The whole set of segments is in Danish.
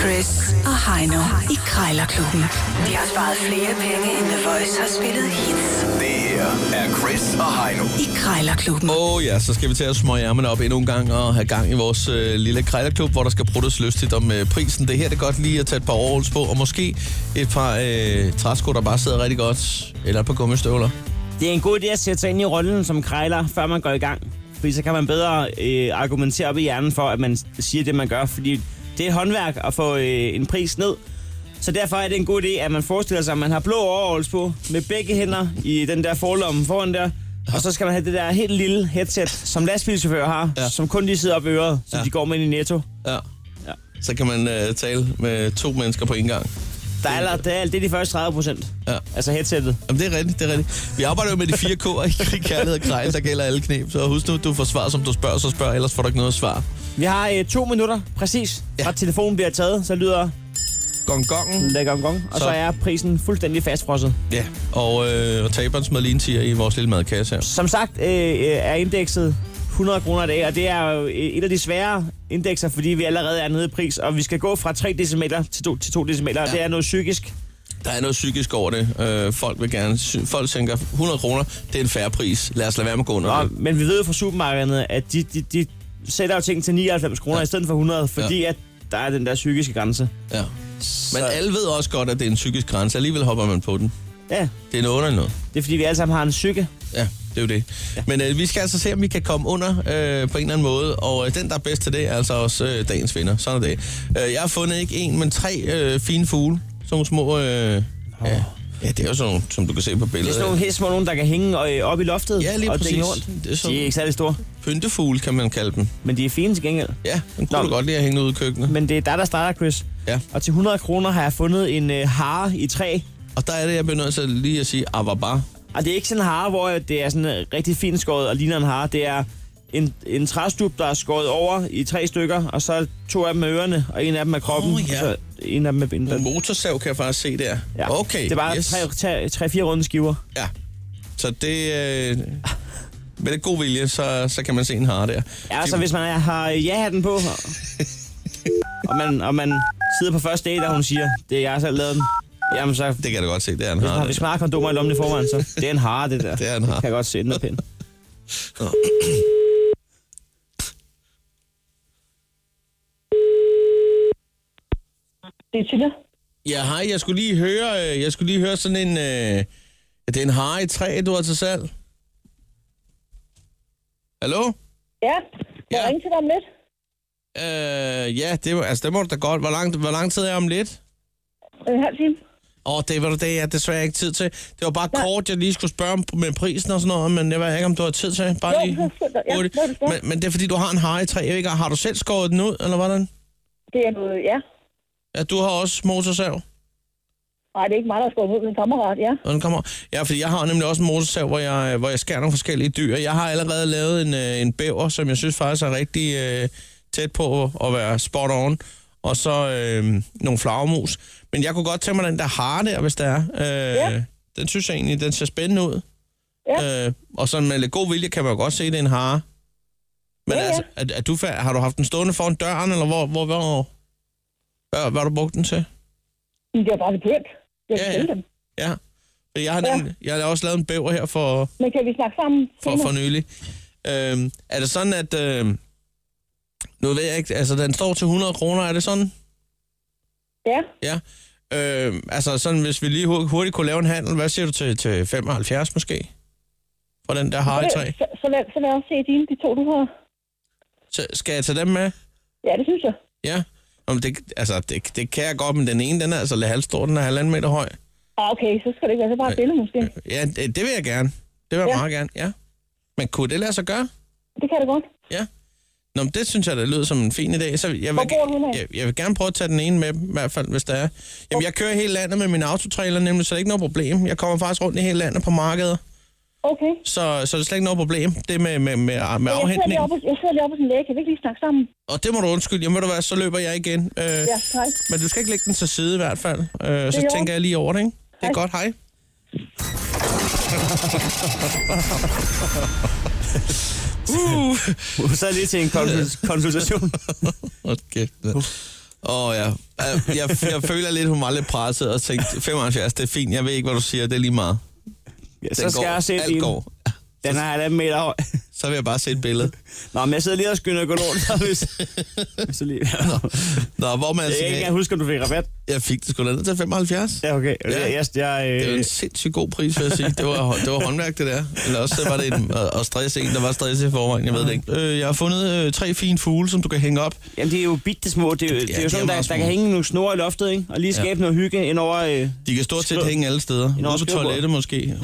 Chris og Heino i Krejlerklubben. De har sparet flere penge, end The Voice har spillet hits Det her er Chris og Heino. i Krejlerklubben. Åh oh, ja, så skal vi til at smøge ærmerne op endnu en gang og have gang i vores øh, lille krejlerklub, hvor der skal bruttes lystigt om øh, prisen. Det her det er godt lige at tage et par overholds på, og måske et par øh, træsko, der bare sidder rigtig godt, eller et par gummistøvler. Det er en god idé at sætte sig ind i rollen som krejler, før man går i gang. Fordi så kan man bedre øh, argumentere op i hjernen for, at man siger det, man gør. Fordi det er et håndværk at få øh, en pris ned. Så derfor er det en god idé, at man forestiller sig, at man har blå overholds på med begge hænder i den der forlomme foran der. Og så skal man have det der helt lille headset, som lastbilchauffører har, Ja. ja. som kun de sidder op i øret, som Ja. ja. de går med ind i netto. Ja. Ja. Så kan man øh, tale med to mennesker på en gang. Der er, aller- det, er, det er de første 30 procent. Ja. Altså headsettet. Jamen, det er rigtigt, det er rigtigt. Vi arbejder jo med de fire K'er i krig, kærlighed og krejl, der gælder alle knep. Så husk nu, du får svar, som du spørger, så spørg, ellers får du ikke noget svar. Vi har øh, to minutter præcis, Ja. ja. fra telefonen bliver taget, så lyder Gongongen. den der gong gong, og Så- så, så er prisen fuldstændig fastfrosset. Ja, og, øh, og taberen smed lige en tier i vores lille madkasse her. Som sagt øh, øh, er indekset 100 kroner i dag, og det er jo øh, et af de svære indekser, fordi vi allerede er nede i pris, og vi skal gå fra 3 decimeter til 2, til 2 decimeter, ja. og det er noget psykisk. Der er noget psykisk over det. Øh, folk vil gerne... sy- Folk tænker, 100 kroner, det er en færre pris. Lad os lade være med at gå under Og, det. men vi ved jo fra supermarkederne, at de, de, de sætter jo ting til 99 kroner Ja. ja. i stedet for 100, fordi ja. at der er den der psykiske grænse. Ja. Men alle ved også godt, at det er en psykisk grænse. Alligevel hopper man på den. Ja, Det er noget underligt noget. det er fordi vi alle sammen har en psyke. Ja, det er jo det. Ja. Men øh, vi skal altså se, om vi kan komme under øh, på en eller anden måde. Og øh, den, der er bedst til det, er altså også øh, dagens vinder. Sådan er det. Øh, jeg har fundet ikke en, men tre øh, fine fugle. Sådan nogle små... Øh, ja. ja, det er jo sådan nogle, som du kan se på Det er billedet. sådan nogle helt små nogen, der kan hænge øh, op i loftet Ja, lige og præcis. dænge rundt. Det er sådan- De er ikke særlig store, Pyntefugle, kan man kalde dem. men de er fine til gengæld. Ja, den kunne Nå. du godt lide at hænge ud i køkkenet. Men det er dig, der starter, Chris. Ja. Og til 100 kroner har jeg fundet en øh, hare i træ. Og der er det, jeg bliver nødt til lige at sige avaba. Og det er ikke sådan en hare, hvor det er sådan øh, rigtig fint skåret og ligner en hare. Det er en, en træstup, der er skåret over i tre stykker, og så to af dem er ørerne, og en af dem er kroppen. Åh, ja. og så en af dem er En bindet. motorsav kan jeg faktisk se der. Ja. Okay, Det er bare yes. tre, tre, tre, fire runde skiver. Ja. Så det... Øh, med lidt god vilje, så, så kan man se en hare der. Ja, og så hvis man er- har øh, ja-hatten på, og, og, man, og man sidder på første date, og hun siger, det er jeg selv lavet den. Jamen så Det kan jeg da godt se, det er en hvis man har hare. vi smart kondomer i lommen i forvejen, så det er en hare, det der. Det er en hare. Kan jeg godt se, den er pæn. Det er Tilla. Ja, hej, jeg skulle lige høre, øh, jeg skulle lige høre sådan en... Øh, det er en hare i træ, du har til salg. Hallo? Ja, må Ja. jeg ringe til dig om lidt? Øh, ja, det, må- altså, det må du da godt. Hvor lang, hvor lang tid er om lidt? Øh, En halv time? Åh, oh, det var det, jeg desværre ikke tid til. Det var bare kort, jeg lige skulle spørge om med prisen og sådan noget, men jeg ved ikke, om du har tid til. Bare Jo, lige det er fint. Ja, hurtigt. det er fint. men, men det er fordi, du har en hare i træ. Jeg ved ikke, har du selv skåret den ud, eller hvordan? Det er noget, ja. Ja, du har også motorsav. Nej, det er ikke mig, der skal ud med en kammerat, ja. Og den kommer. Ja, fordi jeg har nemlig også en motorsav, hvor jeg, hvor jeg skærer nogle forskellige dyr. Jeg har allerede lavet en, øh, en bæver, som jeg synes faktisk er rigtig øh, tæt på at være spot on. Og så øh, nogle flagermus. Men jeg kunne godt tænke mig den der hare der, hvis der er. Øh, Ja. Den synes jeg egentlig, den ser spændende ud. Ja. Øh, og sådan med lidt god vilje kan man jo godt se, det er en hare. Men Ja, ja. altså, er, er du, fa- har du haft den stående foran døren, eller hvor, hvor, hvor, hvor, hvad har du brugt den til? Men det er bare lidt pænt. Jeg Ja, kan ja. ja, ja. dem. Ja. Jeg har, Ja. nemlig, jeg har også lavet en bæver her for, Men kan vi snakke sammen? for, for nylig. Øhm, er det sådan, at... Øhm, nu ved jeg ikke, altså den står til 100 kroner, er det sådan? Ja, Ja. Øhm, altså sådan, hvis vi lige hu- hurtigt kunne lave en handel, hvad siger du til, til 75 måske? For den der så, hare så, træ. så, så, lad, så lad os se dine, de to, du har. Så skal jeg tage dem med? Ja, det synes jeg. Ja. Om det, altså, det, det kan jeg godt, men den ene, den er altså halvstor, den er halvanden meter høj. Ah, okay, så skal det ikke være så bare et billede, måske. Ja, det, det vil jeg gerne. Det vil jeg ja. Ja. meget gerne, ja. Men kunne det lade sig gøre? Det kan det godt. Ja. Nå, men det synes jeg, der lyder som en fin idé. Så jeg vil, bor du henne? jeg, jeg vil gerne prøve at tage den ene med, i hvert fald, hvis der er. Jamen, jeg kører hele landet med min autotrailer, nemlig, så det er ikke noget problem. Jeg kommer faktisk rundt i hele landet på markedet, Okay. så, så det er slet ikke noget problem. Det med, med, med, med Jeg sidder, lige afhentningen. oppe, hos- jeg sidder lige oppe hos en læge. Kan vi ikke lige snakke sammen? Og det må du undskylde. Jamen, ved du hvad, så løber jeg igen. Øh, Ja, hej. Men du skal ikke lægge den til side i hvert fald. Øh, så jo. tænker jeg lige over det, ikke? Det er Hej. godt, hej. Uh, så er det lige til en konsul- konsultation. Hold kæft, mand. Og jeg, jeg, jeg, jeg føler lidt, hun var lidt presset og tænkte, 75, det er fint, jeg ved ikke, hvad du siger, det er lige meget. Ja, Den så skal går. jeg sætte Alt en. går. Den er halvanden meter høj. Så vil jeg bare se et billede. Nå, men jeg sidder lige og skynder gynækolog, så hvis, hvis du lige... Nå, hvor man Jeg kan ikke siger, engang huske, om du fik rabat. jeg fik det sgu da ned til 75. Ja, okay. Ja. Ja. Jeg, jeg, Det er jo øh, en sindssygt god pris, vil jeg sige. Det var, det var håndværk, det der. Eller også så var det en, og og stress en, der var stress i forvejen, jeg ved det ikke. Øh, jeg har fundet øh, tre fine fugle, som du kan hænge op. jamen, det er jo bitte små. Det er, jo- det er de er jo sådan, der, meget der små. kan hænge nogle snore i loftet, ikke? Og lige skabe Ja. noget hygge ind over... Øh, De kan stort set Skriv- hænge alle steder. over Ude på skrivebordet. toilettet måske.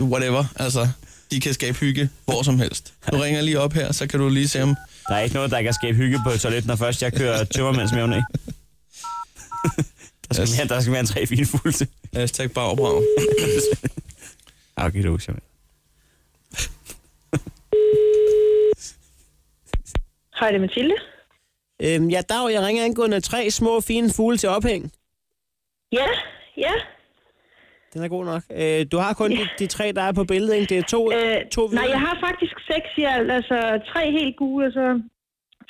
Whatever. Altså, de kan skabe hygge hvor som helst. Du ringer lige op her, så kan du lige se om... der er ikke noget, der kan skabe hygge på et toilet, når først jeg kører tømmermandsmævne af. der, skal Yes. være, der skal være en tre fine fugle til. Hashtag bare opbrag. Ah, okay, det er okay. Hej, det er Mathilde. Øhm, ja, dag, jeg ringer angående tre små, fine fugle til ophæng. Ja, ja. Den er god nok. Øh, du har kun de, de tre, der er på billedet, ikke? Det er to, Øh, to hvide. nej, jeg har faktisk seks i alt. Altså tre helt gule, og så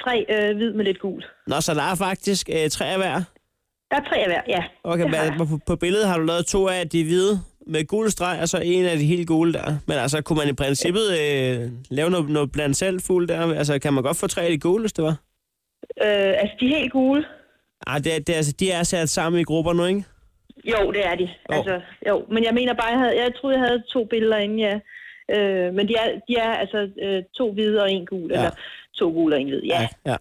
tre øh, hvid med lidt gul. Nå, så der er faktisk øh, tre af hver. Der er tre af hver, ja. Okay, Det har hvad, jeg. på, på billedet har du lavet to af de hvide med gul streg, og så en af de helt gule der. Men altså, kunne man i princippet øh, lave noget, noget blandt selv fugle der? Altså, kan man godt få tre af de gule, hvis det var? Øh, altså, de er helt gule. Ah, det, er- det, er- altså, de er sat sammen i grupper nu, ikke? Jo, det er de. Jo. Altså, jo. Men jeg mener bare, jeg, havde, jeg troede, jeg havde to billeder inden jeg... Øh, men de er, de er altså øh, to hvide og en gul, ja. eller to gule og en hvid. Ja, ja.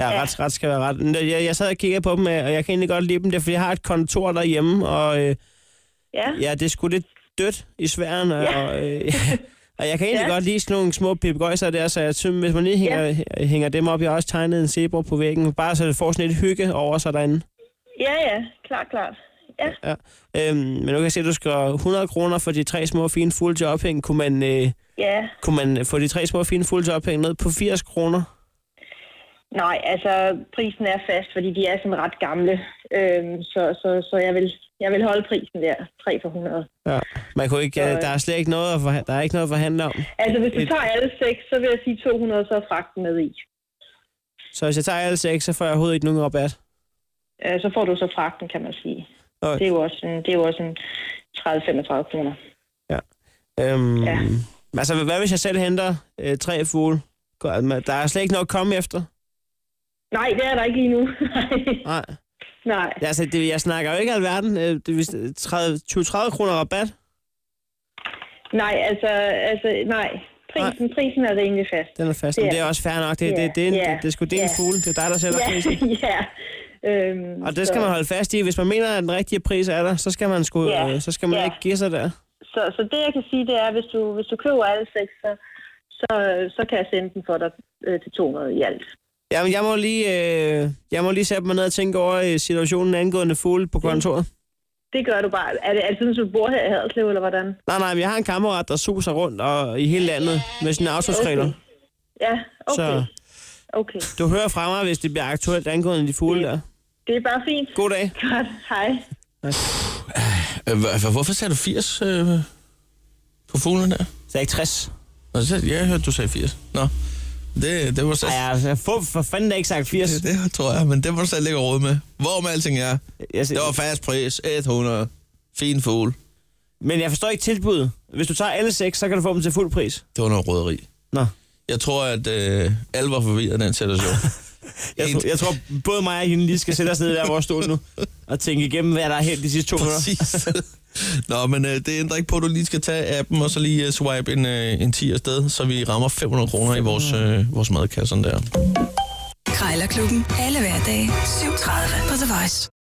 Ja, Ja. ret, ret skal være ret. Men Jeg, jeg sad og kiggede på dem, øh, og jeg kan egentlig godt lide dem, det er, fordi jeg har et kontor derhjemme, og øh, ja. ja, det er sgu lidt dødt i sværen, og, Ja. og, øh, og jeg kan egentlig Ja. godt lide sådan nogle små pipegøjser der, så jeg synes, hvis man lige hænger, øh, hænger dem op, jeg har også tegnet en zebra på væggen, bare så det får sådan lidt hygge over sig derinde. ja, ja. klart, klart. Ja. Ja. Øhm, men nu kan jeg se, at du skal have 100 kroner for de tre små fine fulde til ophæng. Kunne man, øh, Ja, kunne man få de tre små fine fulde til ophæng ned på 80 kroner? nej, altså prisen er fast, fordi de er sådan ret gamle. Øhm, så så, så jeg, vil, jeg vil holde prisen der, 3 for 100. Ja. Man kunne ikke, øh, Så- der er slet ikke noget at forhandle, der er ikke noget at forhandle om. Altså hvis du Et- tager alle seks, så vil jeg sige 200, så er fragten med i. Så hvis jeg tager alle seks, så får jeg overhovedet ikke nogen rabat. Øh, så får du så fragten, kan man sige. Okay. Det er jo også en, det er jo også en 30-35 kroner. Øhm, Ja. Altså, hvad hvis jeg selv henter øh, tre fugle? Går- altså, Der er slet ikke noget at komme efter. Nej, det er der ikke lige nu. Nej. Nej. Ja, Altså, det, jeg snakker jo ikke alverden. Øh, det er 20-30 kroner rabat. Nej, altså, altså nej. Prisen, prisen er rimelig fast. Den er fast. Det Men er- det er også fair nok. Det, det det, er- det, det, er en- ja, det, det er sgu din ja. fugle. Det er dig, der sælger Ja, prisen. ja. Øhm, Og det skal så, man holde fast i. Hvis man mener, at den rigtige pris er der, så skal man, sgu, Ja. øh, så skal man Ja. ikke give sig der. Så, så det jeg kan sige, det er, hvis du, hvis du køber alle seks, så, så, så kan jeg sende den for dig øh, til 200 i alt. Jamen, jeg må lige, øh, jeg må lige sætte mig ned og tænke over øh, situationen angående fugle på kontoret. Det gør du bare. Er det altid, du bor her i Haderslev, eller hvordan? Nej, nej, men jeg har en kammerat, der suser rundt og, i hele landet med sine autoskriller. Okay. Ja, okay. Så- Okay. Du hører fra mig, hvis det bliver aktuelt angående de fugle der. Det er bare fint. God dag. Godt. Hej. Øh, hva- Hvorfor sagde du 80 øh, på fuglen der? Så er ikke 60. Nå, så- ja, jeg hørte, du sagde 80. Nå, det, det var så... Ej, altså, for, for fanden da ikke sagt 80. Det, det tror jeg, men det må du selv ikke råd med. Hvor med alting er. Jeg, Det var fast pris, 100. Fin fugl. Men jeg forstår ikke tilbuddet. Hvis du tager alle seks, så kan du få dem til fuld pris. Det var noget røderi. Nå. Jeg tror, at øh, alle var forvirret i den situation. Jeg, En- tror, jeg tror, både mig og hende lige skal sætte os ned der, hvor stol nu, og tænke igennem, hvad der er helt de sidste to minutter. Præcis. Nå, men øh, det ændrer ikke på, at du lige skal tage appen og så lige øh, swipe en, øh, en 10 afsted, så vi rammer 500 kroner i vores, øh, vores madkasse sådan der. Krejlerklubben. Alle hverdage. 7.30 på The Voice.